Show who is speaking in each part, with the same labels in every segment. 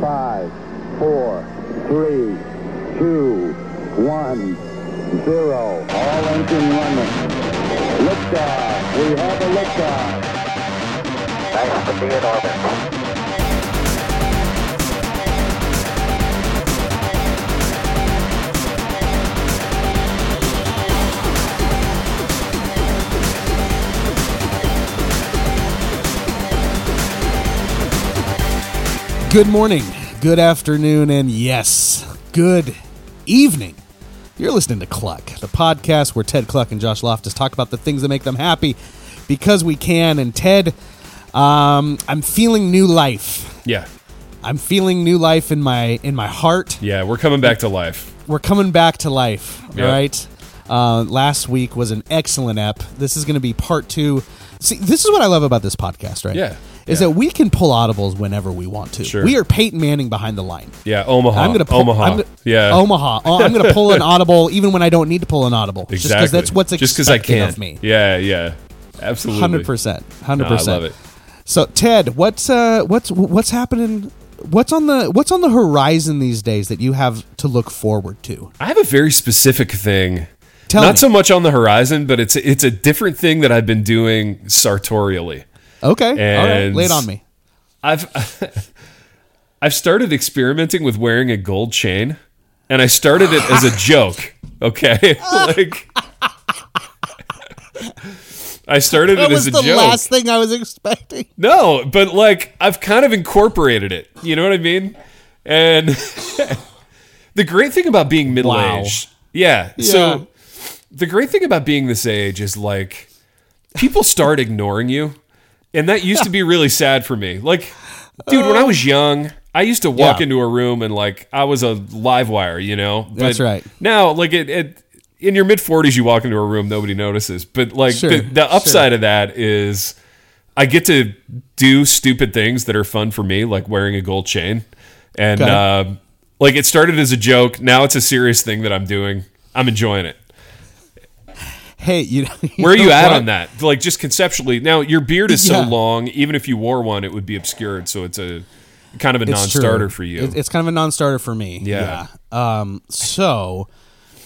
Speaker 1: five, four, three, two, one, zero. All engine running. Liftoff. We have a liftoff.
Speaker 2: Nice to be in orbit.
Speaker 3: Good morning, good afternoon, and yes, good evening. You're listening to Cluck, the podcast where Ted Cluck and Josh Loftus talk about the things that make them happy because we can. And Ted, um, I'm feeling new life.
Speaker 4: Yeah.
Speaker 3: I'm feeling new life in my in my heart.
Speaker 4: Yeah, we're coming back to life.
Speaker 3: We're coming back to life. All
Speaker 4: Yeah.
Speaker 3: right. Uh, last week was an excellent ep. This is going to be part two. See, this is what I love about this podcast, right?
Speaker 4: Yeah.
Speaker 3: Is
Speaker 4: Yeah.
Speaker 3: that we can pull audibles whenever we want to.
Speaker 4: Sure.
Speaker 3: We are Peyton Manning behind the line.
Speaker 4: Yeah, Omaha.
Speaker 3: I'm gonna pull,
Speaker 4: Omaha.
Speaker 3: I'm, go-
Speaker 4: yeah.
Speaker 3: Omaha. Oh, I'm gonna pull an audible even when I don't need to pull an audible. Just
Speaker 4: Exactly.
Speaker 3: because that's what's
Speaker 4: Just
Speaker 3: expected
Speaker 4: 'cause I can.
Speaker 3: of me.
Speaker 4: Yeah, yeah. Absolutely.
Speaker 3: Hundred percent. Hundred
Speaker 4: No, I
Speaker 3: percent.
Speaker 4: love it.
Speaker 3: So Ted, what's uh, what's what's happening? What's on the what's on the horizon these days that you have to look forward to?
Speaker 4: I have a very specific thing.
Speaker 3: Tell
Speaker 4: Not
Speaker 3: me.
Speaker 4: so much on the horizon, but it's it's a different thing that I've been doing sartorially.
Speaker 3: Okay, all right,
Speaker 4: And-
Speaker 3: lay it on me.
Speaker 4: I've I've started experimenting with wearing a gold chain, and I started it as a joke. Okay, like I started
Speaker 3: That
Speaker 4: it
Speaker 3: was
Speaker 4: as a
Speaker 3: the
Speaker 4: joke.
Speaker 3: last thing I was expecting.
Speaker 4: No, but like I've kind of incorporated it. You know what I mean? And the great thing about being middle
Speaker 3: Wow.
Speaker 4: aged, yeah,
Speaker 3: Yeah.
Speaker 4: So the great thing about being this age is like people start ignoring you, and that used to be really sad for me. Like, dude, when I was young. I used to walk
Speaker 3: Yeah.
Speaker 4: into a room and like I was a live wire, you know. But
Speaker 3: That's right.
Speaker 4: Now, like it, it in your mid forties, you walk into a room, nobody notices. But like
Speaker 3: Sure,
Speaker 4: the, the upside of that is I get to do stupid things that are fun for me, like wearing a gold chain. And
Speaker 3: Okay.
Speaker 4: uh, like it started as a joke. Now it's a serious thing that I'm doing. I'm enjoying it.
Speaker 3: Hey, you. you
Speaker 4: Where are you
Speaker 3: know
Speaker 4: at
Speaker 3: what?
Speaker 4: on that? Like just conceptually. Now your beard is
Speaker 3: Yeah.
Speaker 4: so long. Even if you wore one, it would be obscured. So it's a kind of a
Speaker 3: It's true.
Speaker 4: non-starter for you.
Speaker 3: It- It's kind of a non-starter for me.
Speaker 4: Yeah.
Speaker 3: Yeah. Um. So,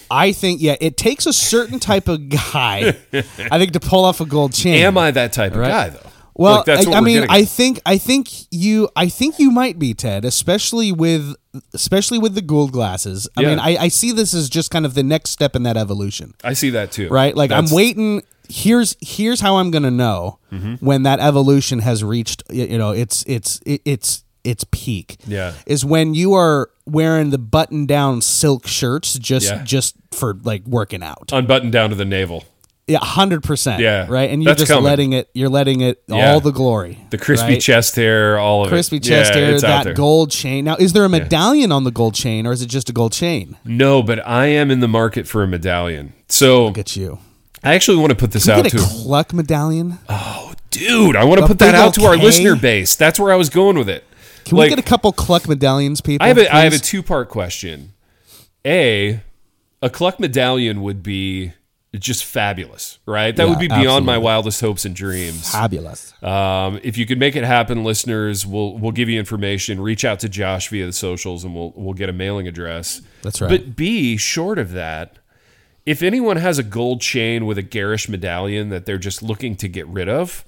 Speaker 3: I think yeah, it takes a certain type of guy, I think, to pull off a gold chain.
Speaker 4: Am I that type
Speaker 3: Right.
Speaker 4: of guy though?
Speaker 3: Well,
Speaker 4: Like, that's
Speaker 3: I,
Speaker 4: what
Speaker 3: I
Speaker 4: we're
Speaker 3: mean,
Speaker 4: getting
Speaker 3: I
Speaker 4: at.
Speaker 3: think I think you I think you might be Ted, especially with especially with the gold glasses. I
Speaker 4: Yeah.
Speaker 3: mean, I, I see this as just kind of the next step in that evolution,
Speaker 4: I see that too.
Speaker 3: right? Like
Speaker 4: That's-
Speaker 3: I'm waiting. Here's here's how I'm gonna know
Speaker 4: Mm-hmm.
Speaker 3: when that evolution has reached y- you know its its i- its its peak.
Speaker 4: Yeah.
Speaker 3: is when you are wearing the button down silk shirts just
Speaker 4: Yeah.
Speaker 3: just for like working out.
Speaker 4: unbuttoned down to the navel.
Speaker 3: Yeah, hundred percent.
Speaker 4: Yeah.
Speaker 3: right. And you're
Speaker 4: That's
Speaker 3: just
Speaker 4: coming.
Speaker 3: letting it. You're letting it
Speaker 4: Yeah.
Speaker 3: all the glory.
Speaker 4: The crispy
Speaker 3: right?
Speaker 4: chest hair, all of
Speaker 3: crispy
Speaker 4: it.
Speaker 3: chest
Speaker 4: Yeah,
Speaker 3: hair,
Speaker 4: it's out there.
Speaker 3: that gold chain. Now, is there a medallion on the gold chain, or is it just a gold chain?
Speaker 4: No, but I am in the market for a medallion. So
Speaker 3: Look at you.
Speaker 4: I actually want to put this out
Speaker 3: Get a
Speaker 4: to
Speaker 3: cluck medallion.
Speaker 4: dude. I want to
Speaker 3: A
Speaker 4: put that
Speaker 3: big
Speaker 4: out to our
Speaker 3: okay?
Speaker 4: listener base. That's where I was going with it.
Speaker 3: Can
Speaker 4: like-
Speaker 3: we get a couple cluck medallions, people?
Speaker 4: I have a, I have a
Speaker 3: please?
Speaker 4: two part question. A a Cluck medallion would be just fabulous, right? That
Speaker 3: Yeah,
Speaker 4: would be beyond my
Speaker 3: absolutely.
Speaker 4: wildest hopes and dreams.
Speaker 3: fabulous.
Speaker 4: Um, if you could make it happen, listeners, we'll we'll give you information. Reach out to Josh via the socials, and we'll we'll get a mailing address.
Speaker 3: That's right.
Speaker 4: But B, short of that, if anyone has a gold chain with a garish medallion that they're just looking to get rid of,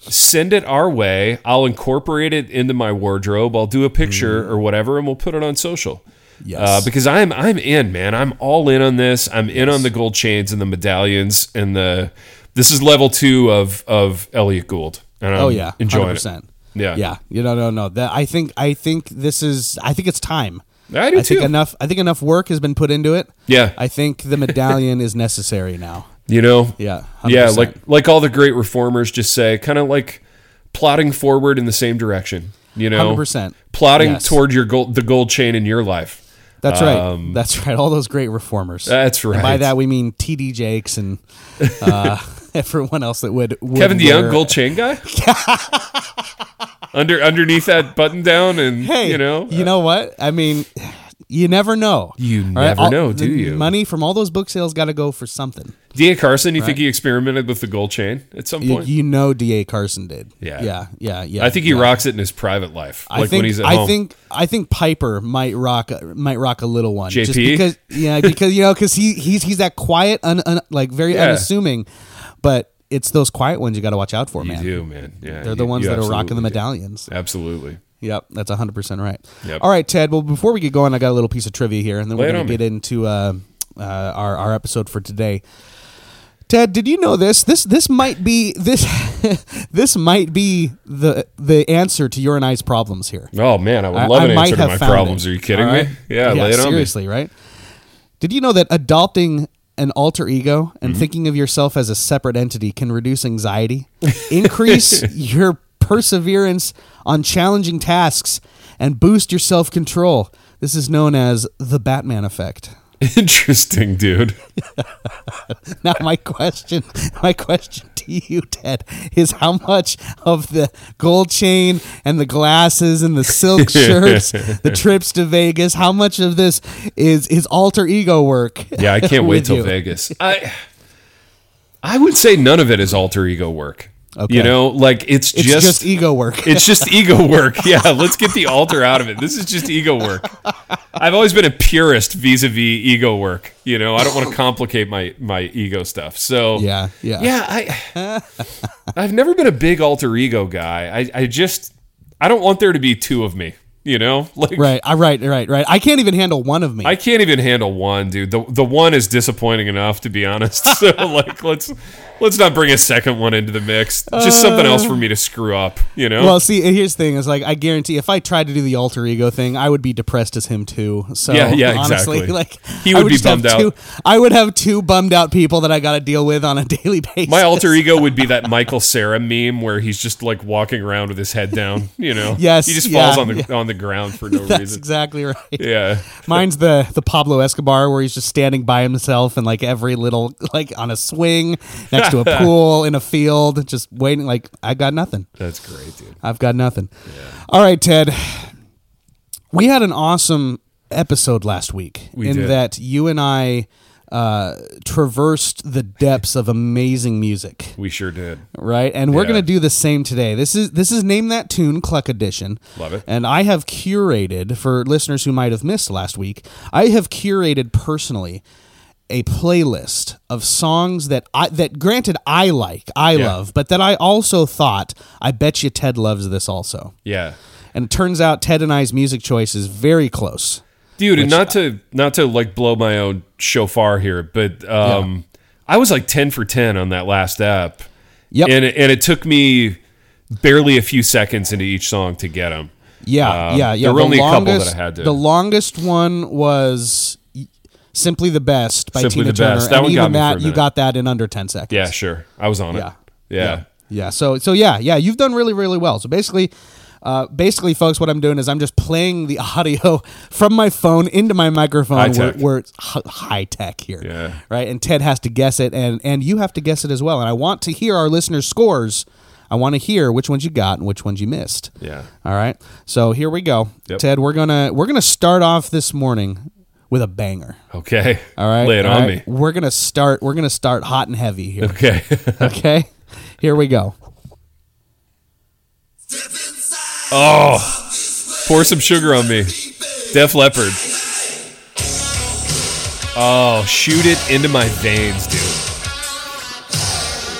Speaker 4: send it our way. I'll incorporate it into my wardrobe. I'll do a picture or whatever, and we'll put it on social.
Speaker 3: Mm. Yes.
Speaker 4: Uh, because I'm I'm in, man. I'm all in on this. I'm in on the gold chains and the medallions and the. This is level two of of Elliot Gould, and I'm
Speaker 3: oh yeah,
Speaker 4: enjoying it.
Speaker 3: 100%.
Speaker 4: Yeah.
Speaker 3: yeah. You know, no, no. That I think I think this is. I think it's time.
Speaker 4: I do
Speaker 3: think
Speaker 4: too.
Speaker 3: enough. I think enough work has been put into it.
Speaker 4: Yeah.
Speaker 3: I think the medallion is necessary now.
Speaker 4: You know,
Speaker 3: Yeah,
Speaker 4: yeah,
Speaker 3: 100%.
Speaker 4: like like all the great reformers just say, kind of like plotting forward in the same direction. You know,
Speaker 3: 100%.
Speaker 4: plotting
Speaker 3: Yes.
Speaker 4: toward your gold, the gold chain in your life.
Speaker 3: That's right.
Speaker 4: Um,
Speaker 3: that's right. All those great reformers.
Speaker 4: That's
Speaker 3: And by
Speaker 4: right.
Speaker 3: that we mean TD Jakes and uh, everyone else that would. would
Speaker 4: Kevin DeYoung,
Speaker 3: wear-
Speaker 4: gold chain guy. Under underneath that button down, and
Speaker 3: Hey,
Speaker 4: you know,
Speaker 3: you know what? I mean, You never know.
Speaker 4: You
Speaker 3: All
Speaker 4: never
Speaker 3: all-
Speaker 4: know,
Speaker 3: the
Speaker 4: do you?
Speaker 3: Money from all those book sales got to go for something.
Speaker 4: Da Carson, you think he experimented with the gold chain at some
Speaker 3: You,
Speaker 4: point?
Speaker 3: you know, Da Carson did.
Speaker 4: Yeah.
Speaker 3: yeah, yeah, yeah.
Speaker 4: I think he
Speaker 3: yeah.
Speaker 4: rocks it in his private life,
Speaker 3: I
Speaker 4: like
Speaker 3: think
Speaker 4: when he's at
Speaker 3: I
Speaker 4: home.
Speaker 3: think I think Piper might rock might rock a little one just
Speaker 4: JP?
Speaker 3: because yeah because you know because he he's he's that quiet un, un, like very
Speaker 4: Yeah.
Speaker 3: unassuming, but it's those quiet ones you got to watch out for
Speaker 4: you
Speaker 3: man.
Speaker 4: do, man. Yeah,
Speaker 3: They're the
Speaker 4: you-
Speaker 3: ones
Speaker 4: you
Speaker 3: that are rocking the
Speaker 4: absolutely do.
Speaker 3: medallions.
Speaker 4: Absolutely.
Speaker 3: Yep, that's 100% right.
Speaker 4: Yep.
Speaker 3: All right, Ted. Well, before we get going, I got a little piece of trivia here, and then
Speaker 4: Lay
Speaker 3: we're
Speaker 4: it
Speaker 3: going
Speaker 4: on
Speaker 3: to
Speaker 4: me.
Speaker 3: get into uh, uh, our, our episode for today. Ted, did you know this? This this might be this this might be the the answer to your and I's problems here.
Speaker 4: Oh man, I would love an answer to my
Speaker 3: found
Speaker 4: problems.
Speaker 3: it.
Speaker 4: Are you kidding
Speaker 3: All right?
Speaker 4: me? Yeah, lay it on me.
Speaker 3: seriously, right? Did you know that adopting an alter ego and
Speaker 4: Mm-hmm.
Speaker 3: thinking of yourself as a separate entity can reduce anxiety, increase your perseverance on challenging tasks, and boost your self control? This is known as the Batman effect.
Speaker 4: Interesting, dude.
Speaker 3: Now, my question, my question to you, Ted, is how much of the gold chain and the glasses and the silk shirts, the trips to Vegas, how much of this is is alter ego work?
Speaker 4: Yeah, I can't wait
Speaker 3: With
Speaker 4: till
Speaker 3: you.
Speaker 4: Vegas. I I would say none of it is alter ego work.
Speaker 3: Okay.
Speaker 4: You know, like it's,
Speaker 3: It's just, e-
Speaker 4: just,
Speaker 3: ego work.
Speaker 4: it's just ego work. Yeah, let's get the alter out of it. This is just ego work. I've always been a purist vis-a-vis ego work. You know, I don't want to complicate my my ego stuff. So
Speaker 3: Yeah, yeah.
Speaker 4: yeah. I I've never been a big alter ego guy. I I just I don't want there to be two of me. You know, like
Speaker 3: Right, I right, right, right. I can't even handle one of me.
Speaker 4: I can't even handle one, dude. The the one is disappointing enough to be honest. So like let's let's not bring a second one into the mix. Just something else for me to screw up, you know?
Speaker 3: well, see, and here's the thing: is like I guarantee if I tried to do the alter ego thing, I would be depressed as him too. So
Speaker 4: Yeah, yeah,
Speaker 3: honestly,
Speaker 4: exactly.
Speaker 3: Like
Speaker 4: He
Speaker 3: I
Speaker 4: would be
Speaker 3: just have
Speaker 4: bummed out.
Speaker 3: Two, I would have two bummed out people that I got to deal with on a daily basis.
Speaker 4: My alter ego would be that Michael Sarah meme where he's just like walking around with his head down, you know?
Speaker 3: Yes,
Speaker 4: He just
Speaker 3: yeah,
Speaker 4: falls on the on the ground for no
Speaker 3: That's
Speaker 4: reason.
Speaker 3: exactly right.
Speaker 4: Yeah.
Speaker 3: Mine's the the Pablo Escobar where he's just standing by himself and like every little like on a swing next to a pool in a field, just waiting. Like I got nothing.
Speaker 4: That's great, dude.
Speaker 3: I've got nothing. All right, Ted. We had an awesome episode last week
Speaker 4: We
Speaker 3: in
Speaker 4: did.
Speaker 3: that you and I uh, traversed the depths of amazing music,
Speaker 4: We sure did.
Speaker 3: right? And we're
Speaker 4: Yeah.
Speaker 3: going to do the same today. This is this is name that tune Cluck edition.
Speaker 4: Love it.
Speaker 3: And I have curated for listeners who might have missed last week. I have curated personally a playlist of songs that I that granted I like, I
Speaker 4: Yeah.
Speaker 3: love, but that I also thought I bet you Ted loves this also.
Speaker 4: Yeah.
Speaker 3: And it turns out Ted and I's music choice is very close.
Speaker 4: dude and not to not to like blow my own shofar here but um i was like 10 for 10 on that last app
Speaker 3: Yep.
Speaker 4: and it, and it took me barely a few seconds into each song to get them
Speaker 3: Yeah,
Speaker 4: Um,
Speaker 3: yeah, yeah.
Speaker 4: there were
Speaker 3: The
Speaker 4: only a couple that I
Speaker 3: longest-
Speaker 4: had to-
Speaker 3: The longest one was y- simply the best by
Speaker 4: Simply
Speaker 3: Tina
Speaker 4: the Best.
Speaker 3: Turner.
Speaker 4: That
Speaker 3: and
Speaker 4: one
Speaker 3: even
Speaker 4: got me for a
Speaker 3: that you
Speaker 4: minute.
Speaker 3: got that in under ten seconds.
Speaker 4: yeah sure i was on it
Speaker 3: Yeah.
Speaker 4: yeah
Speaker 3: yeah, yeah. So, so yeah, yeah. You've done really, really well. So basically. Uh, basically, folks, what I'm doing is I'm just playing the audio from my phone into my microphone. We're,
Speaker 4: High-tech.
Speaker 3: we're hi- high tech here,
Speaker 4: Yeah.
Speaker 3: right? And Ted has to guess it, and and you have to guess it as well. And I want to hear our listeners' scores. I want to hear which ones you got and which ones you missed.
Speaker 4: Yeah.
Speaker 3: All right. So here we go,
Speaker 4: Yep.
Speaker 3: Ted. We're gonna we're gonna start off this morning with a banger.
Speaker 4: okay
Speaker 3: All right.
Speaker 4: lay it
Speaker 3: All
Speaker 4: on
Speaker 3: right?
Speaker 4: me
Speaker 3: We're gonna start. We're gonna start hot and heavy here.
Speaker 4: okay
Speaker 3: okay. Here we go.
Speaker 4: pour some sugar on me def leopard oh shoot it into my veins dude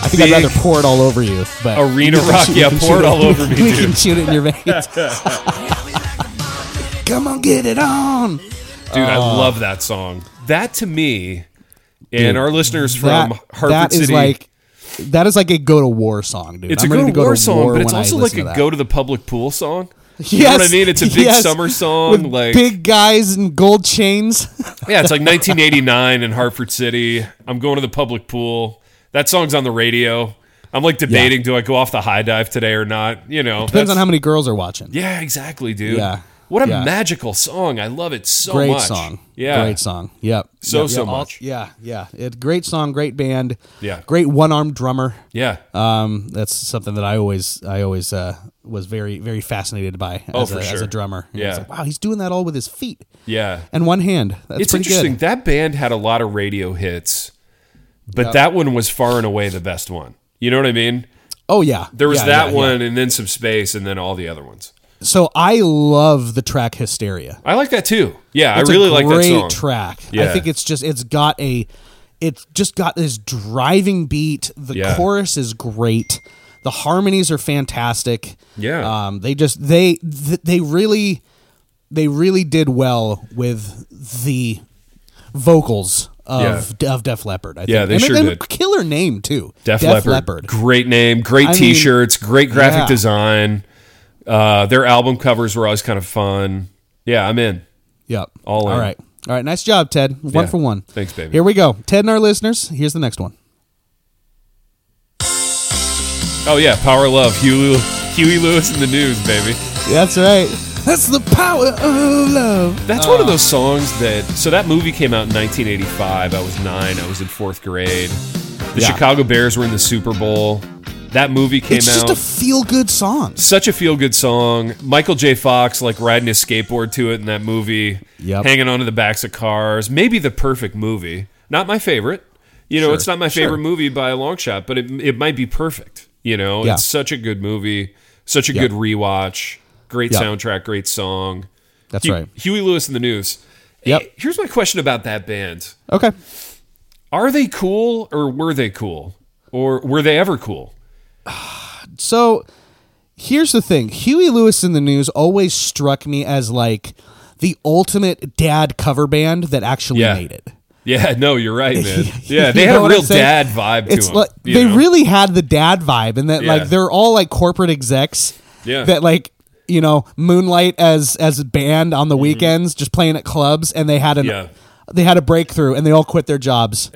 Speaker 3: I think I'd
Speaker 4: Big
Speaker 3: rather pour it all over you, but
Speaker 4: Arena
Speaker 3: we can
Speaker 4: rock,
Speaker 3: shoot- we
Speaker 4: yeah,
Speaker 3: can
Speaker 4: pour
Speaker 3: shoot
Speaker 4: it all over me,
Speaker 3: We can
Speaker 4: dude.
Speaker 3: shoot it in your veins. Come on, get it on.
Speaker 4: dude i
Speaker 3: Oh.
Speaker 4: love that song that to me and
Speaker 3: Dude,
Speaker 4: our listeners
Speaker 3: That,
Speaker 4: from hartford
Speaker 3: that is
Speaker 4: city
Speaker 3: like that is like a go to war song, dude.
Speaker 4: It's
Speaker 3: I'm
Speaker 4: a
Speaker 3: ready
Speaker 4: go to
Speaker 3: go
Speaker 4: war
Speaker 3: to
Speaker 4: song,
Speaker 3: war
Speaker 4: but it's
Speaker 3: when I
Speaker 4: also like
Speaker 3: listen to
Speaker 4: a
Speaker 3: that.
Speaker 4: go to the public pool song. You know
Speaker 3: Yes,
Speaker 4: what I mean? It's a big
Speaker 3: yes,
Speaker 4: summer song.
Speaker 3: with
Speaker 4: like
Speaker 3: big guys and gold chains.
Speaker 4: yeah, it's like 1989 in Hartford City. I'm going to the public pool. That song's on the radio. I'm like debating, do I go off the high dive today or not? You know,
Speaker 3: Depends
Speaker 4: that's-
Speaker 3: on how many girls are watching.
Speaker 4: Yeah, exactly, dude.
Speaker 3: Yeah.
Speaker 4: What a
Speaker 3: Yeah.
Speaker 4: magical song. I love it so
Speaker 3: great
Speaker 4: much.
Speaker 3: song.
Speaker 4: Yeah.
Speaker 3: Great song. Yep.
Speaker 4: So,
Speaker 3: Yep.
Speaker 4: so
Speaker 3: Yep. All-
Speaker 4: much.
Speaker 3: yeah. Yeah. It, great song. Great band.
Speaker 4: Yeah.
Speaker 3: Great one armed drummer.
Speaker 4: Yeah.
Speaker 3: Um, that's something that I always, I always, uh, was very, very fascinated by as,
Speaker 4: Oh,
Speaker 3: a,
Speaker 4: for
Speaker 3: as
Speaker 4: sure.
Speaker 3: a drummer. And
Speaker 4: Yeah.
Speaker 3: it's like, wow, he's doing that all with his feet
Speaker 4: yeah.
Speaker 3: and one hand. That's
Speaker 4: it's
Speaker 3: pretty
Speaker 4: interesting.
Speaker 3: good.
Speaker 4: That band had a lot of radio hits, but that one was far and away the best one. You know what I mean?
Speaker 3: Oh yeah.
Speaker 4: There was
Speaker 3: Yeah,
Speaker 4: that
Speaker 3: yeah, yeah.
Speaker 4: one, and then some space, and then all the other ones.
Speaker 3: So I love the track Hysteria.
Speaker 4: I like that too. Yeah,
Speaker 3: It's
Speaker 4: I really
Speaker 3: a
Speaker 4: like that
Speaker 3: great
Speaker 4: song.
Speaker 3: track. I
Speaker 4: Yeah.
Speaker 3: think it's just it's got a it's just got this driving beat. The
Speaker 4: Yeah.
Speaker 3: chorus is great. The harmonies are fantastic.
Speaker 4: Yeah.
Speaker 3: Um they just they th- they really they really did well with the vocals of of Def Leppard. I think.
Speaker 4: Yeah, they
Speaker 3: and
Speaker 4: sure
Speaker 3: they have a
Speaker 4: did.
Speaker 3: Killer name too.
Speaker 4: Def, Leppard, great name, great
Speaker 3: I mean,
Speaker 4: T-shirts, great graphic
Speaker 3: yeah.
Speaker 4: design. Uh, their album covers were always kind of fun. Yeah, I'm in.
Speaker 3: Yep.
Speaker 4: All
Speaker 3: All
Speaker 4: in.
Speaker 3: right. All right. Nice job, Ted. One
Speaker 4: Yeah.
Speaker 3: for one.
Speaker 4: Thanks, baby.
Speaker 3: Here we go. Ted and our listeners. Here's the next one.
Speaker 4: Oh yeah, Power of Love, Huey, Huey Lewis and the News, baby.
Speaker 3: That's right. That's the power of love.
Speaker 4: That's one of those songs that. So that movie came out in 1985. I was nine. I was in fourth grade. The
Speaker 3: Yeah.
Speaker 4: Chicago Bears were in the Super Bowl. That movie came
Speaker 3: It's
Speaker 4: out.
Speaker 3: just a feel good song.
Speaker 4: Such a feel good song. Michael J. Fox like riding his skateboard to it in that movie.
Speaker 3: Yep.
Speaker 4: Hanging onto the backs of cars. Maybe the perfect movie. Not my favorite. You know,
Speaker 3: Sure.
Speaker 4: it's not my favorite
Speaker 3: Sure.
Speaker 4: movie by a long shot, but it, it might be perfect. You know,
Speaker 3: Yeah.
Speaker 4: it's such a good movie, such a
Speaker 3: Yeah.
Speaker 4: good rewatch, great
Speaker 3: Yeah.
Speaker 4: soundtrack, great song.
Speaker 3: That's
Speaker 4: Hu-
Speaker 3: right.
Speaker 4: Huey Lewis in the news.
Speaker 3: Yep.
Speaker 4: Eh, Here's my question about that band:
Speaker 3: Okay.
Speaker 4: Are they cool, or were they cool, or were they ever cool?
Speaker 3: So here's the thing Huey Lewis in the News always struck me as like the ultimate dad cover band that actually
Speaker 4: Yeah.
Speaker 3: made it.
Speaker 4: Yeah, no, you're right, man. Yeah,
Speaker 3: You
Speaker 4: they had
Speaker 3: know
Speaker 4: a
Speaker 3: what I'm
Speaker 4: real
Speaker 3: saying?
Speaker 4: dad vibe to
Speaker 3: It's
Speaker 4: them.
Speaker 3: like-
Speaker 4: you
Speaker 3: they
Speaker 4: know?
Speaker 3: really had the dad vibe, and that
Speaker 4: Yeah.
Speaker 3: like they're all like corporate execs
Speaker 4: Yeah.
Speaker 3: that like you know moonlight as as a band on the weekends, just playing at clubs, and they had an
Speaker 4: Mm-hmm. Yeah.
Speaker 3: they had a breakthrough, and they all quit their jobs.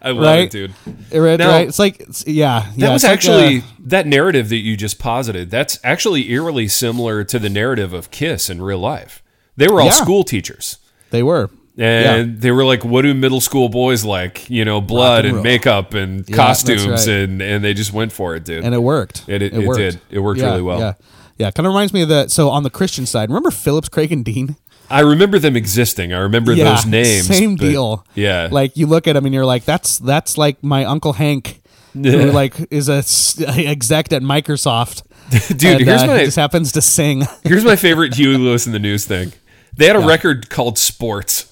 Speaker 4: I love
Speaker 3: right?
Speaker 4: it, dude.
Speaker 3: right,
Speaker 4: Now-
Speaker 3: right? It's like it's, yeah, yeah.
Speaker 4: That was
Speaker 3: it's like,
Speaker 4: actually
Speaker 3: uh,
Speaker 4: that narrative that you just posited. That's actually eerily similar to the narrative of Kiss in real life. They were all
Speaker 3: Yeah.
Speaker 4: school teachers,
Speaker 3: they were.
Speaker 4: and they were like, "What do middle school boys like? You know, blood and,
Speaker 3: roll.
Speaker 4: makeup and
Speaker 3: that's
Speaker 4: costumes,
Speaker 3: right.
Speaker 4: and and they just went for it, dude."
Speaker 3: and it worked.
Speaker 4: It- it- it
Speaker 3: worked.
Speaker 4: did. It worked
Speaker 3: Yeah,
Speaker 4: really well.
Speaker 3: Yeah, yeah. Kind of reminds me of the so on the Christian side. Remember Phillips, Craig, and Dean?
Speaker 4: I remember them existing. I remember
Speaker 3: yeah,
Speaker 4: those names.
Speaker 3: Same
Speaker 4: but-
Speaker 3: deal.
Speaker 4: Yeah.
Speaker 3: Like you look at him and you're like, that's that's like my uncle Hank, who like is a s- exec at Microsoft.
Speaker 4: dude,
Speaker 3: and,
Speaker 4: here's
Speaker 3: uh, he
Speaker 4: my
Speaker 3: just happens to sing.
Speaker 4: Here's my favorite Huey Lewis in the News thing. They had a record called Sports.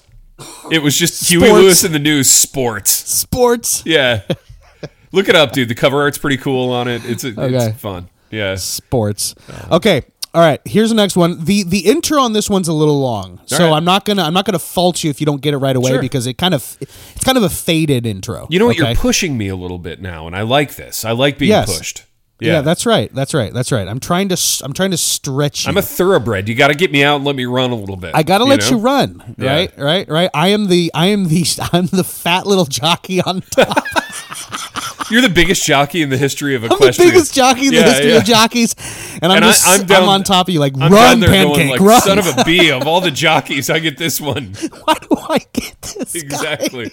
Speaker 4: It was just Huey
Speaker 3: Sports.
Speaker 4: Lewis in the News Sports.
Speaker 3: Sports.
Speaker 4: Yeah. Look it up, dude. The cover art's pretty cool on it. It's,
Speaker 3: Okay.
Speaker 4: it's fun. Yeah.
Speaker 3: Sports. Okay. All right, here's the next one. the The intro on this one's a little long, so
Speaker 4: right.
Speaker 3: I'm not gonna I'm not gonna fault you if you don't get it right away
Speaker 4: Sure.
Speaker 3: because it kind of it's kind of a faded intro.
Speaker 4: You know what?
Speaker 3: okay?
Speaker 4: You're pushing me a little bit now, and I like this. I like being
Speaker 3: Yes.
Speaker 4: pushed.
Speaker 3: Yeah.
Speaker 4: Yeah.
Speaker 3: that's right. That's right. That's right. I'm trying to. s- I'm trying to stretch. You.
Speaker 4: I'm a thoroughbred. You got to get me out and let me run a little bit.
Speaker 3: I gotta let
Speaker 4: know?
Speaker 3: you run.
Speaker 4: Yeah.
Speaker 3: Right. Right. Right. I am the. I am the. I'm the fat little jockey on top.
Speaker 4: You're the biggest jockey in the history of
Speaker 3: I'm the
Speaker 4: equestrian.
Speaker 3: biggest jockey in the
Speaker 4: Yeah,
Speaker 3: history
Speaker 4: yeah.
Speaker 3: of jockeys, and I'm
Speaker 4: And I-
Speaker 3: just. I,
Speaker 4: I'm
Speaker 3: am
Speaker 4: down-
Speaker 3: on top of you, like
Speaker 4: I'm down
Speaker 3: run,
Speaker 4: there going
Speaker 3: pancake,
Speaker 4: like,
Speaker 3: run.
Speaker 4: Son of a bee! Of all the jockeys, I get this one.
Speaker 3: Why do I get this? guy?
Speaker 4: Exactly.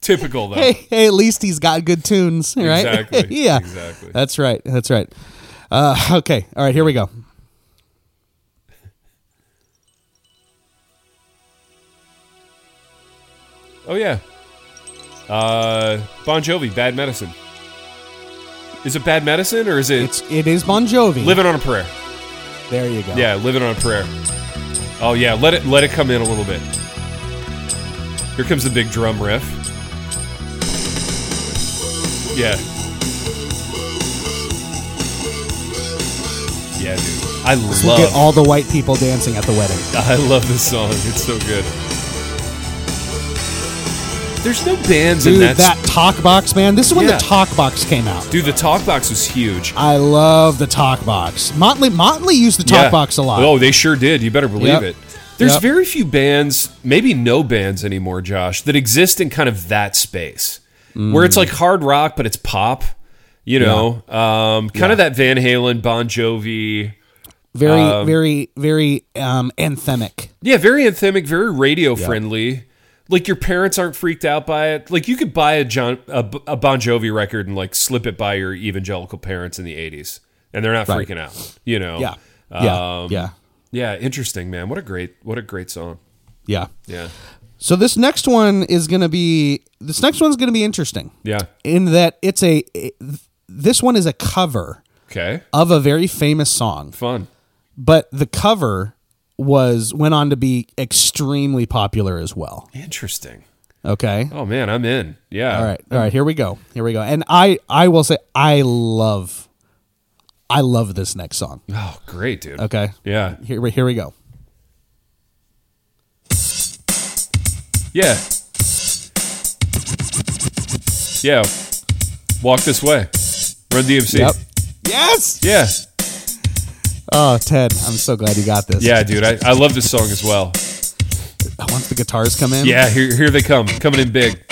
Speaker 4: Typical though.
Speaker 3: Hey, hey, at least he's got good tunes, right?
Speaker 4: Exactly,
Speaker 3: yeah.
Speaker 4: exactly.
Speaker 3: That's right. That's right. Uh, okay. All right. Here we go.
Speaker 4: Oh yeah. Uh, Bon Jovi, Bad Medicine. Is it Bad Medicine or is it
Speaker 3: It's. It is Bon Jovi.
Speaker 4: Living on a Prayer?
Speaker 3: there you go.
Speaker 4: Yeah, Living on a Prayer. Oh yeah, let it let it come in a little bit. Here comes the big drum riff. Yeah. Yeah, dude. I
Speaker 3: We'll
Speaker 4: love
Speaker 3: get all the white people dancing at the wedding.
Speaker 4: I love this song. It's so good. There's no bands in
Speaker 3: Dude,
Speaker 4: that.
Speaker 3: that talk box, man. This is when
Speaker 4: Yeah.
Speaker 3: the talk box came out.
Speaker 4: Dude, the talk box was huge.
Speaker 3: I love the talk box. Motley Motley used the talk
Speaker 4: Yeah.
Speaker 3: box a lot.
Speaker 4: Oh, they sure did. You better believe
Speaker 3: Yep.
Speaker 4: it. There's
Speaker 3: Yep.
Speaker 4: very few bands, maybe no bands anymore, Josh, that exist in kind of that space where it's like hard rock, but it's pop. You know, um, kind of that Van Halen, Bon Jovi,
Speaker 3: Very, very, very um, anthemic.
Speaker 4: Yeah, very anthemic, very radio friendly. Like your parents aren't freaked out by it. Like you could buy a John a, B- a Bon Jovi record and like slip it by your evangelical parents in the '80s, and they're not
Speaker 3: Right.
Speaker 4: freaking out. You know.
Speaker 3: Yeah, yeah,
Speaker 4: oh, Um,
Speaker 3: yeah,
Speaker 4: Yeah. Interesting, man. What a great what a great song.
Speaker 3: yeah.
Speaker 4: Yeah.
Speaker 3: So this next one is going to be this next one's going to be interesting
Speaker 4: Yeah.
Speaker 3: in that it's a this one is a cover
Speaker 4: Okay.
Speaker 3: of a very famous song.
Speaker 4: Fun.
Speaker 3: but the cover was went on to be extremely popular as well.
Speaker 4: Interesting.
Speaker 3: Okay.
Speaker 4: Oh man, I'm in. Yeah.
Speaker 3: All right. All right, here we go. Here we go. And I I will say I love I love this next song.
Speaker 4: Oh, great, dude.
Speaker 3: Okay.
Speaker 4: Yeah.
Speaker 3: Here we here we go.
Speaker 4: Yeah. Yeah. Walk this way. Run DMC.
Speaker 3: Yep. Yes.
Speaker 4: Yeah.
Speaker 3: Oh, Ted, I'm so glad you got this. Uh,
Speaker 4: Yeah, dude. I, I love this song as well.
Speaker 3: Once the guitars come in.
Speaker 4: Yeah, here here they come. Coming in big.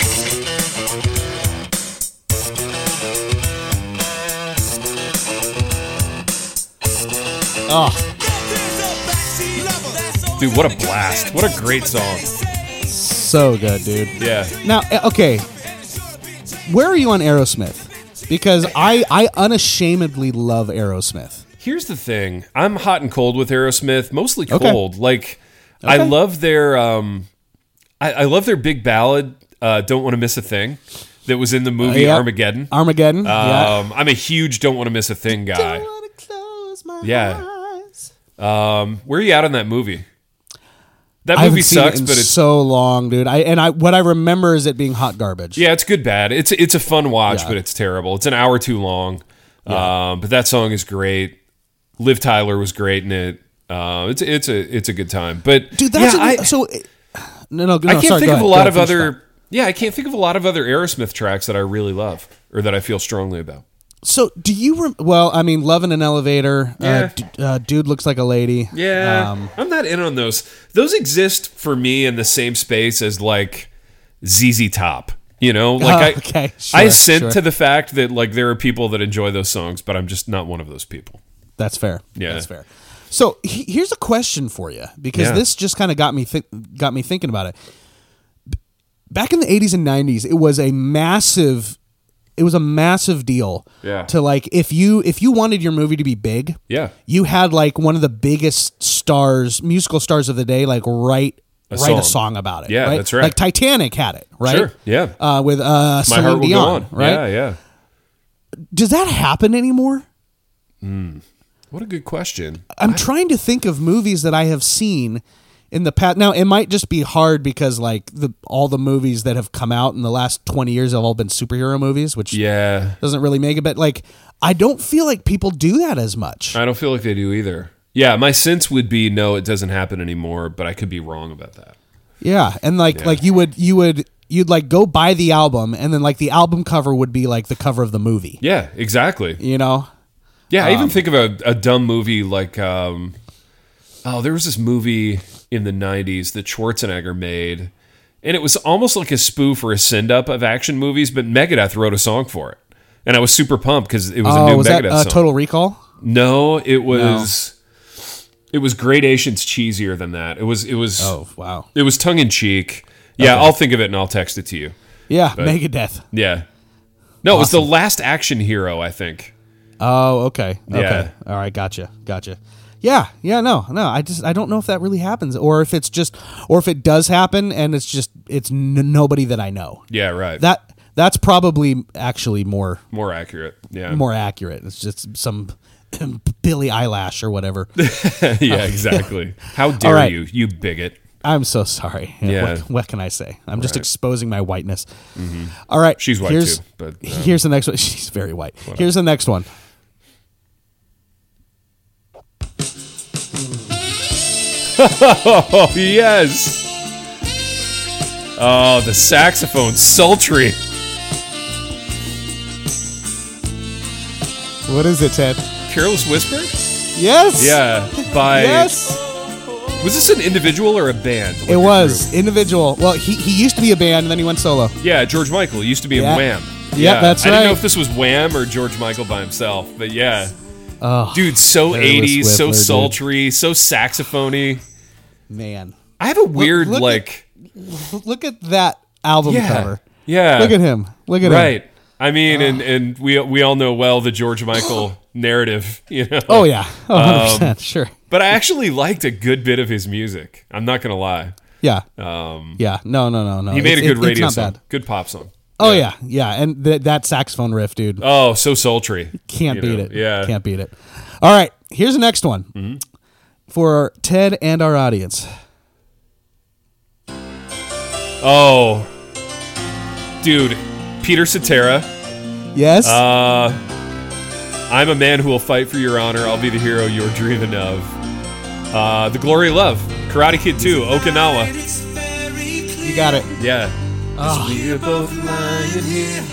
Speaker 3: Oh,
Speaker 4: Ah. Dude, what a blast. What a great song.
Speaker 3: so good, dude.
Speaker 4: Yeah.
Speaker 3: Now, eh, okay. Where are you on Aerosmith? Because I I unashamedly love Aerosmith.
Speaker 4: Here's the thing. I'm hot and cold with Aerosmith, mostly
Speaker 3: Okay.
Speaker 4: cold. Like I
Speaker 3: Okay.
Speaker 4: love their um I, I love their big ballad, uh, Don't Want to Miss a Thing, that was in the movie
Speaker 3: Yep.
Speaker 4: Armageddon.
Speaker 3: Armageddon. Uh, yeah.
Speaker 4: Um, I'm a huge Don't Want to Miss a Thing guy. Yeah. Um, where are you at on that movie? That
Speaker 3: I
Speaker 4: movie
Speaker 3: haven't seen
Speaker 4: sucks,
Speaker 3: it in
Speaker 4: but it's
Speaker 3: so long, dude. I and I what I remember is it being hot garbage.
Speaker 4: yeah, it's good bad. It's it's a fun watch,
Speaker 3: Yeah.
Speaker 4: but it's terrible. It's an hour too long. Um, but that song is great. Liv Tyler was great in it. Uh, it's it's a it's a good time. But
Speaker 3: dude. That's
Speaker 4: yeah,
Speaker 3: a-
Speaker 4: I-
Speaker 3: so. eh, No, no, no
Speaker 4: I can't
Speaker 3: sorry,
Speaker 4: think
Speaker 3: go ahead,
Speaker 4: of a
Speaker 3: go ahead,
Speaker 4: lot of
Speaker 3: finish
Speaker 4: other
Speaker 3: that.
Speaker 4: yeah. I can't think of a lot of other Aerosmith tracks that I really love or that I feel strongly about.
Speaker 3: So, do you? Rem- well, I mean, love in an elevator.
Speaker 4: Yeah.
Speaker 3: Uh, d- uh, dude looks like a lady.
Speaker 4: Yeah,
Speaker 3: Um,
Speaker 4: I'm not in on those. Those exist for me in the same space as like ZZ Top. You know, like
Speaker 3: Oh,
Speaker 4: I
Speaker 3: okay,
Speaker 4: I
Speaker 3: sure,
Speaker 4: assent
Speaker 3: sure.
Speaker 4: to the fact that like there are people that enjoy those songs, but I'm just not one of those people.
Speaker 3: that's fair.
Speaker 4: Yeah.
Speaker 3: that's fair. So he- here's a question for you because
Speaker 4: Yeah.
Speaker 3: this just kind of got me thi- got me thinking about it. B- Back in the 80s and 90s, it was a massive it was a massive deal
Speaker 4: Yeah.
Speaker 3: to like if you if you wanted your movie to be big,
Speaker 4: Yeah.
Speaker 3: you had like one of the biggest stars, musical stars of the day, like write write
Speaker 4: song.
Speaker 3: a song about it.
Speaker 4: Yeah, that's right.
Speaker 3: Like Titanic had it, right?
Speaker 4: Sure, yeah.
Speaker 3: uh, with uh,
Speaker 4: My
Speaker 3: Celine
Speaker 4: heart will
Speaker 3: Dion,
Speaker 4: go on.
Speaker 3: right?
Speaker 4: Yeah, yeah.
Speaker 3: Does that happen anymore?
Speaker 4: What a good question.
Speaker 3: I'm trying to think of movies that I have seen in the past. Now it might just be hard because like the all the movies that have come out in the last 20 years have all been superhero movies, which
Speaker 4: Yeah,
Speaker 3: doesn't really make it. But like, I don't feel like people do that as much.
Speaker 4: I don't feel like they do either. Yeah, my sense would be no, it doesn't happen anymore, but I could be wrong about that.
Speaker 3: Yeah, and like like you would you would you'd like go buy the album, and then like the album cover would be like the cover of the movie.
Speaker 4: Yeah, exactly.
Speaker 3: You know?
Speaker 4: Yeah, I
Speaker 3: Um,
Speaker 4: even think of a, a dumb movie like um, oh, there was this movie in the '90s that Schwarzenegger made, and it was almost like a spoof or a send up of action movies, but Megadeth wrote a song for it, and I was super pumped because it was a
Speaker 3: Oh,
Speaker 4: new
Speaker 3: was
Speaker 4: Megadeth
Speaker 3: that uh,
Speaker 4: song.
Speaker 3: Total Recall?
Speaker 4: no, it was it was gradations cheesier than that. It was it was
Speaker 3: Oh wow!
Speaker 4: it was tongue in cheek. Yeah, I'll think of it and I'll text it to you.
Speaker 3: Yeah, Megadeth.
Speaker 4: Yeah. No, it was the last action hero, I think.
Speaker 3: Oh okay, okay,
Speaker 4: Yeah.
Speaker 3: all right, gotcha, gotcha. Yeah, yeah, no, no. I just I don't know if that really happens, or if it's just, or if it does happen, and it's just it's n- nobody that I know.
Speaker 4: Yeah, right.
Speaker 3: That that's probably actually more
Speaker 4: More accurate. Yeah.
Speaker 3: more accurate. It's just some Billy eyelash or whatever.
Speaker 4: yeah, exactly. How dare
Speaker 3: right.
Speaker 4: you, you bigot?
Speaker 3: I'm so sorry.
Speaker 4: Yeah. Mm-hmm.
Speaker 3: What, what can I say? I'm just exposing my whiteness. All right.
Speaker 4: She's white
Speaker 3: here's,
Speaker 4: too, but, um,
Speaker 3: here's the next one. She's very white. Here's the next one.
Speaker 4: Oh yes. Oh, the saxophone, sultry.
Speaker 3: What is it, Ted?
Speaker 4: Careless Whisper.
Speaker 3: Yes.
Speaker 4: Yeah. By
Speaker 3: Yes.
Speaker 4: was this an individual or a band? Like
Speaker 3: It
Speaker 4: a
Speaker 3: was individual. Well, he, he used to be a band, and then he went solo.
Speaker 4: group? Yeah, George Michael used to be
Speaker 3: Yeah.
Speaker 4: in Wham.
Speaker 3: Yeah, that's
Speaker 4: I didn't know
Speaker 3: right.
Speaker 4: if this was Wham or George Michael by himself, but yeah, Dude, so
Speaker 3: Taylor
Speaker 4: 80s,
Speaker 3: Swift,
Speaker 4: so
Speaker 3: dude.
Speaker 4: sultry, so saxophony.
Speaker 3: Man,
Speaker 4: I have a weird
Speaker 3: look at-
Speaker 4: like
Speaker 3: look at that album
Speaker 4: yeah.
Speaker 3: cover.
Speaker 4: Yeah.
Speaker 3: Look at him. Look at him.
Speaker 4: Right. I mean,
Speaker 3: Ah.
Speaker 4: and and we we all know well the George Michael narrative, you know.
Speaker 3: Oh yeah. Oh,
Speaker 4: Um,
Speaker 3: 100%, sure.
Speaker 4: But I actually liked a good bit of his music. I'm not going to lie.
Speaker 3: Yeah. Um, yeah. No, no, no, no.
Speaker 4: He made
Speaker 3: It's-
Speaker 4: a good
Speaker 3: it's-
Speaker 4: radio
Speaker 3: it's not
Speaker 4: song.
Speaker 3: bad.
Speaker 4: Good pop song.
Speaker 3: Oh yeah. yeah, And th- that saxophone riff, dude,
Speaker 4: Oh, so sultry.
Speaker 3: can't
Speaker 4: you
Speaker 3: beat
Speaker 4: know,
Speaker 3: it.
Speaker 4: Yeah. Mm-hmm.
Speaker 3: can't beat it. All right, here's the next one for Ted and our audience.
Speaker 4: Oh. Dude, Peter Cetera.
Speaker 3: Yes,
Speaker 4: Uh, I'm a man who will fight for your honor. I'll be the hero you're dreaming of. Uh, the Glory of Love, Karate Kid 2, Okinawa.
Speaker 3: you got it.
Speaker 4: Yeah.
Speaker 3: Ah.
Speaker 4: We're both lying here.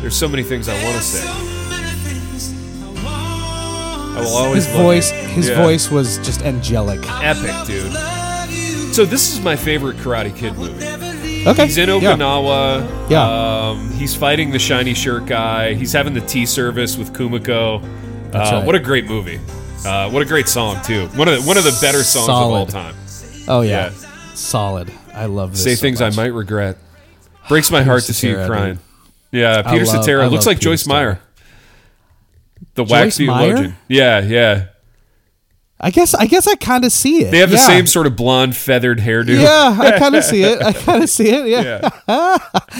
Speaker 4: There's so many things I want to say. I will always
Speaker 3: His
Speaker 4: love
Speaker 3: voice,
Speaker 4: you.
Speaker 3: his
Speaker 4: Yeah.
Speaker 3: voice was just angelic.
Speaker 4: epic, dude. So this is my favorite Karate Kid movie.
Speaker 3: Okay,
Speaker 4: He's in
Speaker 3: Yeah.
Speaker 4: Okinawa.
Speaker 3: Yeah.
Speaker 4: Um, he's fighting the shiny shirt guy. He's having the tea service with Kumiko. Uh,
Speaker 3: right.
Speaker 4: What a great movie. Uh, what a great song too. One of the, one of the better songs of all
Speaker 3: Solid.
Speaker 4: time.
Speaker 3: Oh yeah.
Speaker 4: Yeah.
Speaker 3: solid. I love this.
Speaker 4: Say
Speaker 3: so
Speaker 4: things
Speaker 3: much.
Speaker 4: I might regret. Breaks my heart to see you
Speaker 3: Cetera,
Speaker 4: crying.
Speaker 3: dude.
Speaker 4: Yeah,
Speaker 3: I
Speaker 4: Peter
Speaker 3: love- I
Speaker 4: Cetera looks
Speaker 3: love
Speaker 4: like
Speaker 3: Peter
Speaker 4: Joyce
Speaker 3: Cetera.
Speaker 4: Meyer, the wax
Speaker 3: Joyce Meyer?
Speaker 4: theologian. Yeah, yeah.
Speaker 3: I guess. I guess I kind of see it.
Speaker 4: They have the
Speaker 3: Yeah.
Speaker 4: same sort of blonde feathered hairdo.
Speaker 3: Yeah, I kind of see it. I kind of see it. Yeah.
Speaker 4: Yeah.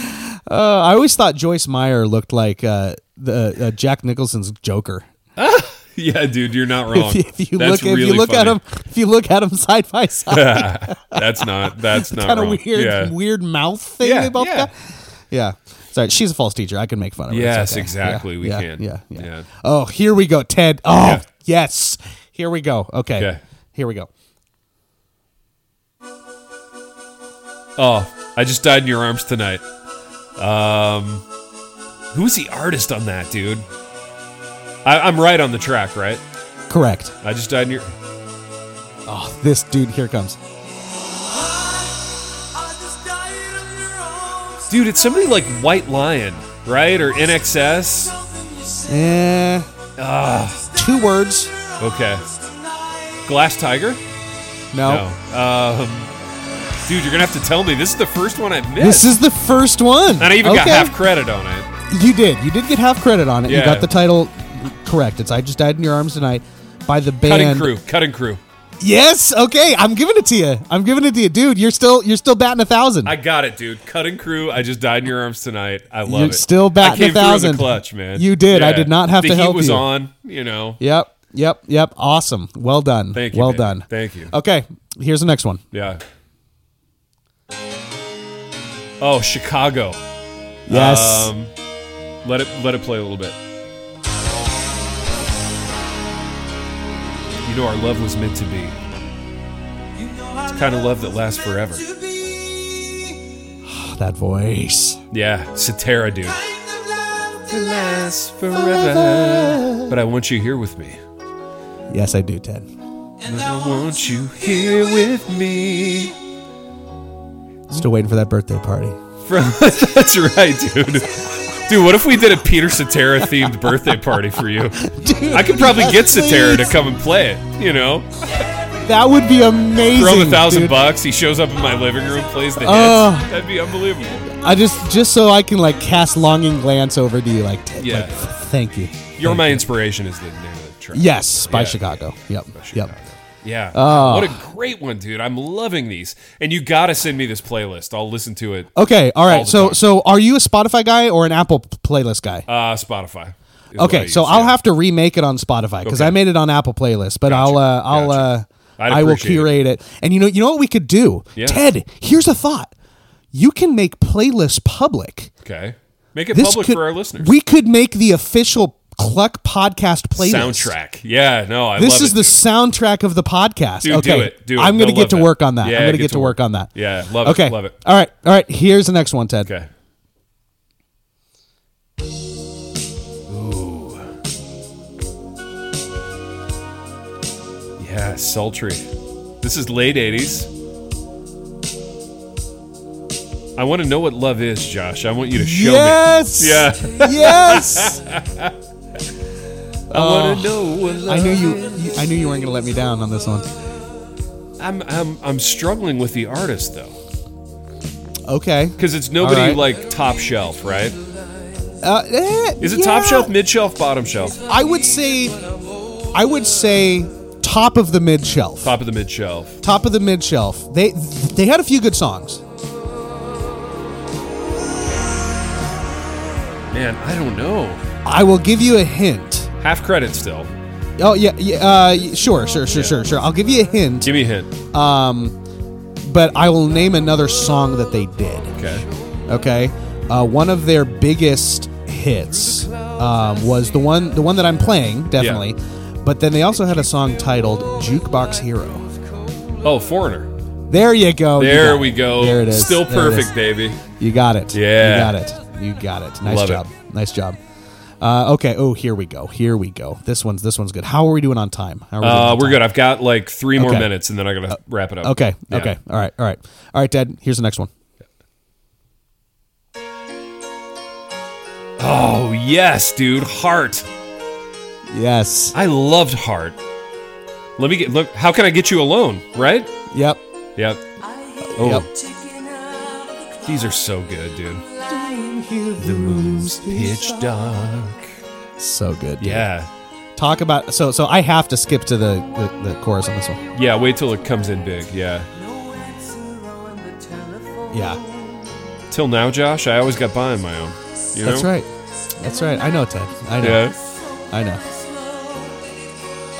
Speaker 3: Uh, I always thought Joyce Meyer looked like uh, the uh, Jack Nicholson's Joker.
Speaker 4: Yeah, dude, you're not wrong.
Speaker 3: If you
Speaker 4: Oh,
Speaker 3: look,
Speaker 4: That's
Speaker 3: if you
Speaker 4: really
Speaker 3: look at
Speaker 4: funny.
Speaker 3: him, if you look at him side by side,
Speaker 4: that's not that's not
Speaker 3: kind of
Speaker 4: wrong.
Speaker 3: weird,
Speaker 4: Yeah.
Speaker 3: weird mouth thing
Speaker 4: Yeah,
Speaker 3: they both
Speaker 4: yeah.
Speaker 3: got. Yeah. Sorry, she's a false teacher. I can make fun of her. It's
Speaker 4: Yes,
Speaker 3: okay.
Speaker 4: exactly.
Speaker 3: Yeah,
Speaker 4: we
Speaker 3: yeah,
Speaker 4: can.
Speaker 3: Yeah, yeah.
Speaker 4: yeah.
Speaker 3: Oh, here we go, Ted. Oh,
Speaker 4: Yeah.
Speaker 3: yes. Here we go. Okay.
Speaker 4: Okay.
Speaker 3: Here we go.
Speaker 4: Oh, I just died in your arms tonight. Um, who's the artist on that, dude? I, I'm right on the track, right?
Speaker 3: Correct.
Speaker 4: I just died in your.
Speaker 3: Oh, this dude. Here it comes.
Speaker 4: Dude, it's somebody like White Lion, right? Or NXS.
Speaker 3: Eh. Two words.
Speaker 4: Okay. Glass Tiger?
Speaker 3: No.
Speaker 4: No. Um, dude, you're gonna have to tell me. This is the first one I missed.
Speaker 3: This is the first one.
Speaker 4: and I even got
Speaker 3: Okay.
Speaker 4: half credit on it.
Speaker 3: You did. You did get half credit on it. You
Speaker 4: Yeah.
Speaker 3: got the title correct. It's "I Just Died in Your Arms Tonight" by the band.
Speaker 4: Cutting crew. Cutting crew.
Speaker 3: Yes. Okay. I'm giving it to you. I'm giving it to you, dude. You're still you're still batting a thousand.
Speaker 4: I got it, dude. Cutting crew. I just died in your arms tonight. I love
Speaker 3: You're
Speaker 4: it.
Speaker 3: still batting
Speaker 4: I came
Speaker 3: a
Speaker 4: through in the
Speaker 3: thousand.
Speaker 4: clutch, man.
Speaker 3: You did. I did not have
Speaker 4: the
Speaker 3: to
Speaker 4: heat
Speaker 3: help
Speaker 4: was
Speaker 3: you.
Speaker 4: on. You know.
Speaker 3: Yep. Yep. Yep. Awesome. Well done.
Speaker 4: Thank you.
Speaker 3: Well
Speaker 4: man.
Speaker 3: done.
Speaker 4: Thank you.
Speaker 3: Okay. Here's the next one.
Speaker 4: Yeah. Oh, Chicago.
Speaker 3: Yes.
Speaker 4: Um, let it let it play a little bit. You know, our love was meant to be. It's kind of love that lasts forever.
Speaker 3: Oh, that voice.
Speaker 4: Yeah, Satara, dude. Lasts forever. But I want you here with me.
Speaker 3: Yes, I do, Ted.
Speaker 4: I want you here with me.
Speaker 3: Still waiting for that birthday party.
Speaker 4: From that's right, dude. Dude, what if we did a Peter Cetera themed birthday party for you? I could probably get
Speaker 3: yes,
Speaker 4: Cetera to
Speaker 3: please.
Speaker 4: come and play it. You know,
Speaker 3: That would be amazing.
Speaker 4: throw him a thousand
Speaker 3: dude.
Speaker 4: bucks. He shows up in my living room, plays the hits.
Speaker 3: Oh.
Speaker 4: That'd be unbelievable.
Speaker 3: I just just so I can like cast longing glance over to you, like Ted.
Speaker 4: Yeah.
Speaker 3: Like, thank you.
Speaker 4: You're my inspiration is the name of the track.
Speaker 3: Yes, by
Speaker 4: Yeah.
Speaker 3: Chicago. Oh. Yep.
Speaker 4: By Chicago.
Speaker 3: Yep.
Speaker 4: Yeah. What a great one, dude. I'm loving these. And you got to send me this playlist. I'll listen to it.
Speaker 3: Okay. All right.
Speaker 4: All the
Speaker 3: so
Speaker 4: time.
Speaker 3: so are you a Spotify guy or an Apple playlist guy?
Speaker 4: Uh, Spotify. is what I
Speaker 3: okay. So
Speaker 4: use,
Speaker 3: I'll
Speaker 4: yeah.
Speaker 3: have to remake it on Spotify because
Speaker 4: Okay.
Speaker 3: I made it on Apple playlist, but I'll uh, I'll
Speaker 4: Gotcha.
Speaker 3: uh,
Speaker 4: I'd
Speaker 3: I will
Speaker 4: appreciate it.
Speaker 3: curate it. And you know you know what we could do,
Speaker 4: Yeah.
Speaker 3: Ted. Here's a thought. You can make playlists public.
Speaker 4: Okay. Make it
Speaker 3: This
Speaker 4: public
Speaker 3: could,
Speaker 4: for our listeners.
Speaker 3: We could make the official Cluck podcast playlist
Speaker 4: soundtrack. Yeah, no, I
Speaker 3: This
Speaker 4: love
Speaker 3: is
Speaker 4: it,
Speaker 3: the
Speaker 4: dude.
Speaker 3: soundtrack of the podcast.
Speaker 4: Dude,
Speaker 3: okay,
Speaker 4: do it. Do it.
Speaker 3: I'm going to
Speaker 4: They'll
Speaker 3: get to
Speaker 4: love
Speaker 3: work
Speaker 4: that.
Speaker 3: on that.
Speaker 4: Yeah,
Speaker 3: I'm going to
Speaker 4: get
Speaker 3: get to
Speaker 4: to
Speaker 3: work
Speaker 4: work.
Speaker 3: on that.
Speaker 4: Yeah, love it,
Speaker 3: okay.
Speaker 4: love it.
Speaker 3: All right. All right. Here's the next one, Ted.
Speaker 4: Okay. Ooh. Yeah, sultry. This is late 80s. I want to know what love is, Josh. I want you to show
Speaker 3: yes.
Speaker 4: me. Yeah.
Speaker 3: yes.
Speaker 4: I want to know. what
Speaker 3: Oh. I knew you,
Speaker 4: love
Speaker 3: you. I knew you weren't going to let me down on this one.
Speaker 4: is. I'm, I'm, I'm struggling with the artist though,
Speaker 3: Okay.
Speaker 4: because it's nobody
Speaker 3: All right.
Speaker 4: like top shelf, right?
Speaker 3: Uh, eh,
Speaker 4: Is it
Speaker 3: yeah.
Speaker 4: top shelf, mid shelf, bottom shelf?
Speaker 3: I would say, I would say, top of the mid shelf.
Speaker 4: Top of the mid shelf.
Speaker 3: Top of the mid shelf. They they had a few good songs.
Speaker 4: Man, I don't know.
Speaker 3: I will give you a hint.
Speaker 4: Half credit still.
Speaker 3: Oh yeah, yeah uh, y- sure, sure, sure, sure, sure. I'll give you a hint,
Speaker 4: Give me a hint.
Speaker 3: but I will name another song that they did.
Speaker 4: Okay.
Speaker 3: Okay, uh, one of their biggest hits um, was the one the one that I'm playing definitely, but then they also had a song titled "Jukebox Hero."
Speaker 4: Oh, foreigner.
Speaker 3: There you go. You
Speaker 4: There
Speaker 3: got it.
Speaker 4: we go.
Speaker 3: There it is.
Speaker 4: Still
Speaker 3: There it is.
Speaker 4: perfect, baby.
Speaker 3: You got it.
Speaker 4: Yeah.
Speaker 3: You got it. You got it. Nice
Speaker 4: Love it.
Speaker 3: job. Nice job. Uh, okay. Oh, here we go. Here we go. This one's this one's good. How are we doing on time? How are we doing
Speaker 4: Uh,
Speaker 3: on
Speaker 4: we're
Speaker 3: time?
Speaker 4: good. I've got like three more
Speaker 3: Okay. Uh,
Speaker 4: minutes, and then I gotta wrap it up.
Speaker 3: Okay.
Speaker 4: Yeah.
Speaker 3: Okay. All right. All right. All right, Dad. Here's the next one.
Speaker 4: Oh yes, dude. Heart.
Speaker 3: Yes.
Speaker 4: I loved Heart. Let me get. Look, how can I get you alone? Right?
Speaker 3: Yep.
Speaker 4: Yep.
Speaker 3: Yep.
Speaker 4: These are so good, dude. The moon's pitch dark.
Speaker 3: So good. dude.
Speaker 4: Yeah.
Speaker 3: Talk about so so. I have to skip to the the, the chorus on this one.
Speaker 4: Yeah. Wait till it comes in big. Yeah.
Speaker 3: Yeah.
Speaker 4: Till now, Josh, I always got by on my own. You know?
Speaker 3: That's right. That's right. I know, Ted. I know.
Speaker 4: Yeah.
Speaker 3: I know.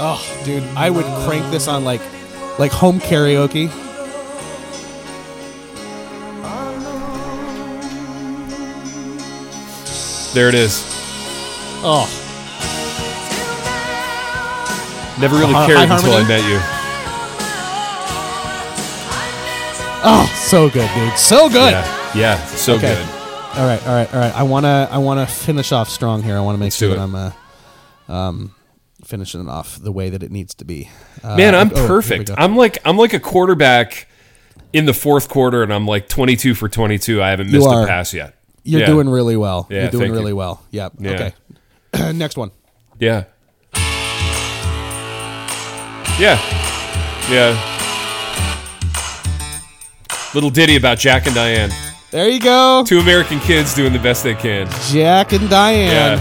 Speaker 3: Oh, dude, I would crank this on like like home karaoke.
Speaker 4: There it is.
Speaker 3: Oh,
Speaker 4: Never really
Speaker 3: Hi-
Speaker 4: cared
Speaker 3: Hi
Speaker 4: until I
Speaker 3: Harmony? oh,
Speaker 4: met you.
Speaker 3: so good, dude. So good.
Speaker 4: Yeah. Yeah. So
Speaker 3: Okay.
Speaker 4: good.
Speaker 3: All right, all right, all right. I wanna, I wanna finish off strong here. I wanna make
Speaker 4: Let's
Speaker 3: sure
Speaker 4: do
Speaker 3: that
Speaker 4: it.
Speaker 3: I'm, uh, um, finishing it off the way that it needs to be. Uh,
Speaker 4: Man, I'm
Speaker 3: oh, here we
Speaker 4: perfect.
Speaker 3: go.
Speaker 4: I'm like I'm like a quarterback in the fourth quarter, and I'm like 22 for 22. I haven't
Speaker 3: You
Speaker 4: missed a
Speaker 3: are.
Speaker 4: pass yet.
Speaker 3: You're
Speaker 4: Yeah.
Speaker 3: doing really well.
Speaker 4: Yeah,
Speaker 3: You're doing
Speaker 4: thank you.
Speaker 3: really well. Yep.
Speaker 4: Yeah.
Speaker 3: Okay. Next one.
Speaker 4: Yeah. Yeah. Yeah. Little ditty about Jack and Diane.
Speaker 3: There you go.
Speaker 4: Two American kids doing the best they can.
Speaker 3: Jack and Diane.
Speaker 4: Yeah.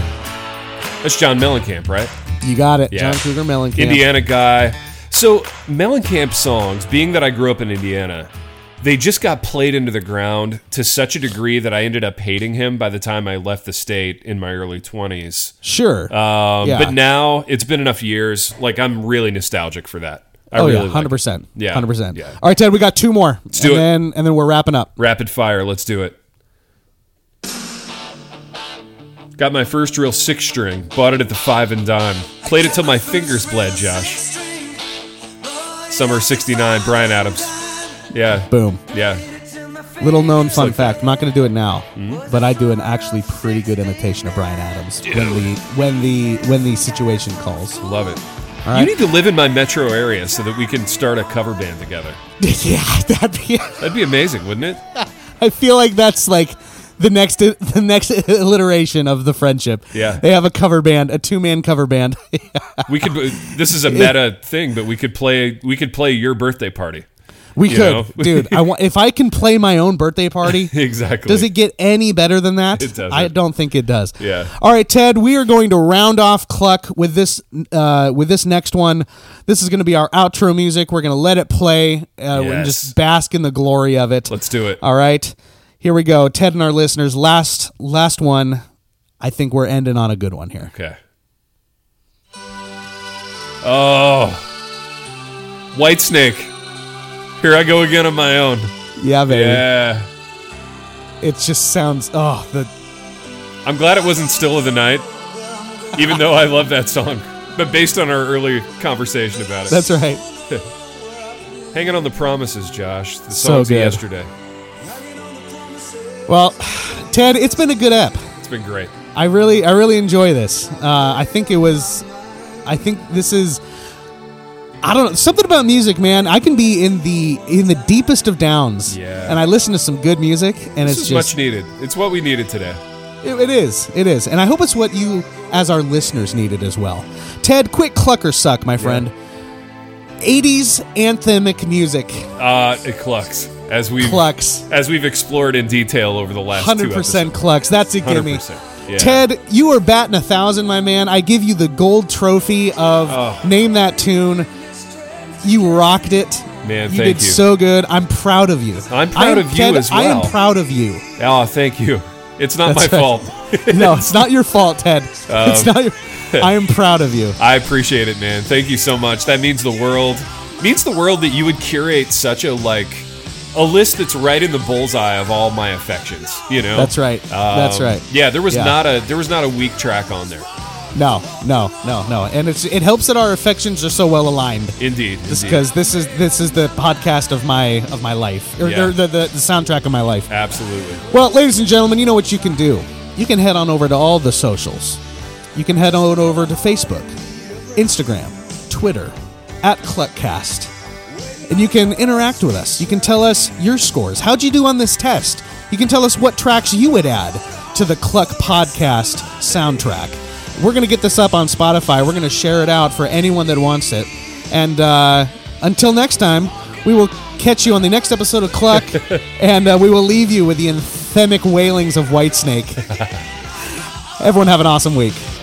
Speaker 4: That's John Mellencamp, right?
Speaker 3: You got it.
Speaker 4: Yeah.
Speaker 3: John Cougar Mellencamp.
Speaker 4: Indiana guy. So Mellencamp songs, being that I grew up in Indiana, they just got played into the ground to such a degree that I ended up hating him by the time I left the state in my early twenties.
Speaker 3: Sure.
Speaker 4: Um,
Speaker 3: Yeah.
Speaker 4: But now it's been enough years. Like I'm really nostalgic for that. I
Speaker 3: oh
Speaker 4: really
Speaker 3: yeah,
Speaker 4: like it.
Speaker 3: hundred percent.
Speaker 4: Yeah.
Speaker 3: hundred percent.
Speaker 4: Yeah.
Speaker 3: All right, Ted, we got two more. Let's
Speaker 4: do
Speaker 3: and
Speaker 4: it.
Speaker 3: Then, and then we're wrapping up.
Speaker 4: Rapid fire. Let's do it. Got my first real six string. Bought it at the five and dime. Played it till my fingers bled, Josh. Summer 69, Brian Adams. Yeah.
Speaker 3: Boom.
Speaker 4: Yeah.
Speaker 3: Little known fun
Speaker 4: like
Speaker 3: fact. I'm not going to do it now, but I do an actually pretty good imitation of Brian Adams when the when the when the situation calls.
Speaker 4: Love it.
Speaker 3: All right.
Speaker 4: You need to live in my metro area so that we can start a cover band together.
Speaker 3: yeah, that'd be.
Speaker 4: That'd be amazing, wouldn't it?
Speaker 3: I feel like that's like the next the next iteration of the friendship.
Speaker 4: Yeah.
Speaker 3: they have a cover band, a two man cover band.
Speaker 4: We could this is a meta thing, but we could play we could play your birthday party.
Speaker 3: we
Speaker 4: You
Speaker 3: could,
Speaker 4: know?
Speaker 3: dude. I want if I can play my own birthday party.
Speaker 4: Exactly.
Speaker 3: Does it get any better than that?
Speaker 4: It doesn't.
Speaker 3: I don't think it does.
Speaker 4: Yeah.
Speaker 3: All right, Ted, we are going to round off Cluck with this uh, with this next one. This is going to be our outro music. We're going to let it play. Uh, We're gonna
Speaker 4: Yes.
Speaker 3: just bask in the glory of it.
Speaker 4: Let's do it.
Speaker 3: All right, here we go, Ted and our listeners. Last last one. I think we're ending on a good one here.
Speaker 4: Okay. Oh. White Snake. Here I go again on my own.
Speaker 3: Yeah, baby.
Speaker 4: Yeah.
Speaker 3: It just sounds oh the
Speaker 4: I'm glad it wasn't Still of the Night, even though I love that song. But based on our earlier conversation about it.
Speaker 3: that's right.
Speaker 4: Hanging on the Promises, Josh. The
Speaker 3: So
Speaker 4: song's
Speaker 3: good.
Speaker 4: yesterday.
Speaker 3: Well, Ted, it's been a good ep.
Speaker 4: It's been great.
Speaker 3: I really, I really enjoy this. Uh, I think it was, I think this is, I don't know, something about music, man. I can be in the in the deepest of downs,
Speaker 4: Yeah.
Speaker 3: and I listen to some good music, and
Speaker 4: This
Speaker 3: it's
Speaker 4: is
Speaker 3: just,
Speaker 4: much needed. It's what we needed today.
Speaker 3: It, it is. It is. And I hope it's what you, as our listeners, needed as well. Ted, quick clucker suck, my friend. 80s anthemic music.
Speaker 4: Uh, it clucks as we
Speaker 3: Clucks.
Speaker 4: as we've explored in detail over the last two
Speaker 3: 100%
Speaker 4: episodes.
Speaker 3: clucks. That's a gimme.
Speaker 4: 100%, yeah.
Speaker 3: Ted, you are batting a thousand, my man. I give you the gold trophy of
Speaker 4: Oh.
Speaker 3: name that tune. You rocked it.
Speaker 4: Man,
Speaker 3: you
Speaker 4: thank
Speaker 3: did
Speaker 4: you.
Speaker 3: so good. I'm proud of you.
Speaker 4: I'm proud of you
Speaker 3: Ted,
Speaker 4: as
Speaker 3: I am
Speaker 4: well.
Speaker 3: proud of you.
Speaker 4: Oh, thank you. It's not
Speaker 3: That's
Speaker 4: my
Speaker 3: right.
Speaker 4: fault.
Speaker 3: no, it's not your fault, Ted. it's
Speaker 4: Um,
Speaker 3: not your. I am proud of you.
Speaker 4: I appreciate it, man. Thank you so much. That means the world. Means the world that you would curate such a like a list that's right in the bullseye of all my affections. You know.
Speaker 3: That's right. That's
Speaker 4: Um,
Speaker 3: right.
Speaker 4: Yeah, there was
Speaker 3: Yeah.
Speaker 4: not a there was not a weak track on there.
Speaker 3: No, no, no, no. And it's it helps that our affections are so well aligned.
Speaker 4: Indeed. indeed.
Speaker 3: Because this is this is the podcast of my of my life, or,
Speaker 4: Yeah.
Speaker 3: or the, the the soundtrack of my life.
Speaker 4: Absolutely.
Speaker 3: Well, ladies and gentlemen, you know what you can do. You can head on over to all the socials. You can head on over to Facebook, Instagram, Twitter, at Cluckcast. And you can interact with us. You can tell us your scores. How'd you do on this test? You can tell us what tracks you would add to the Cluck Podcast soundtrack. We're going to get this up on Spotify. We're going to share it out for anyone that wants it. And uh, until next time, we will catch you on the next episode of Cluck, and uh, we will leave you with the anthemic wailings of Whitesnake. Everyone have an awesome week.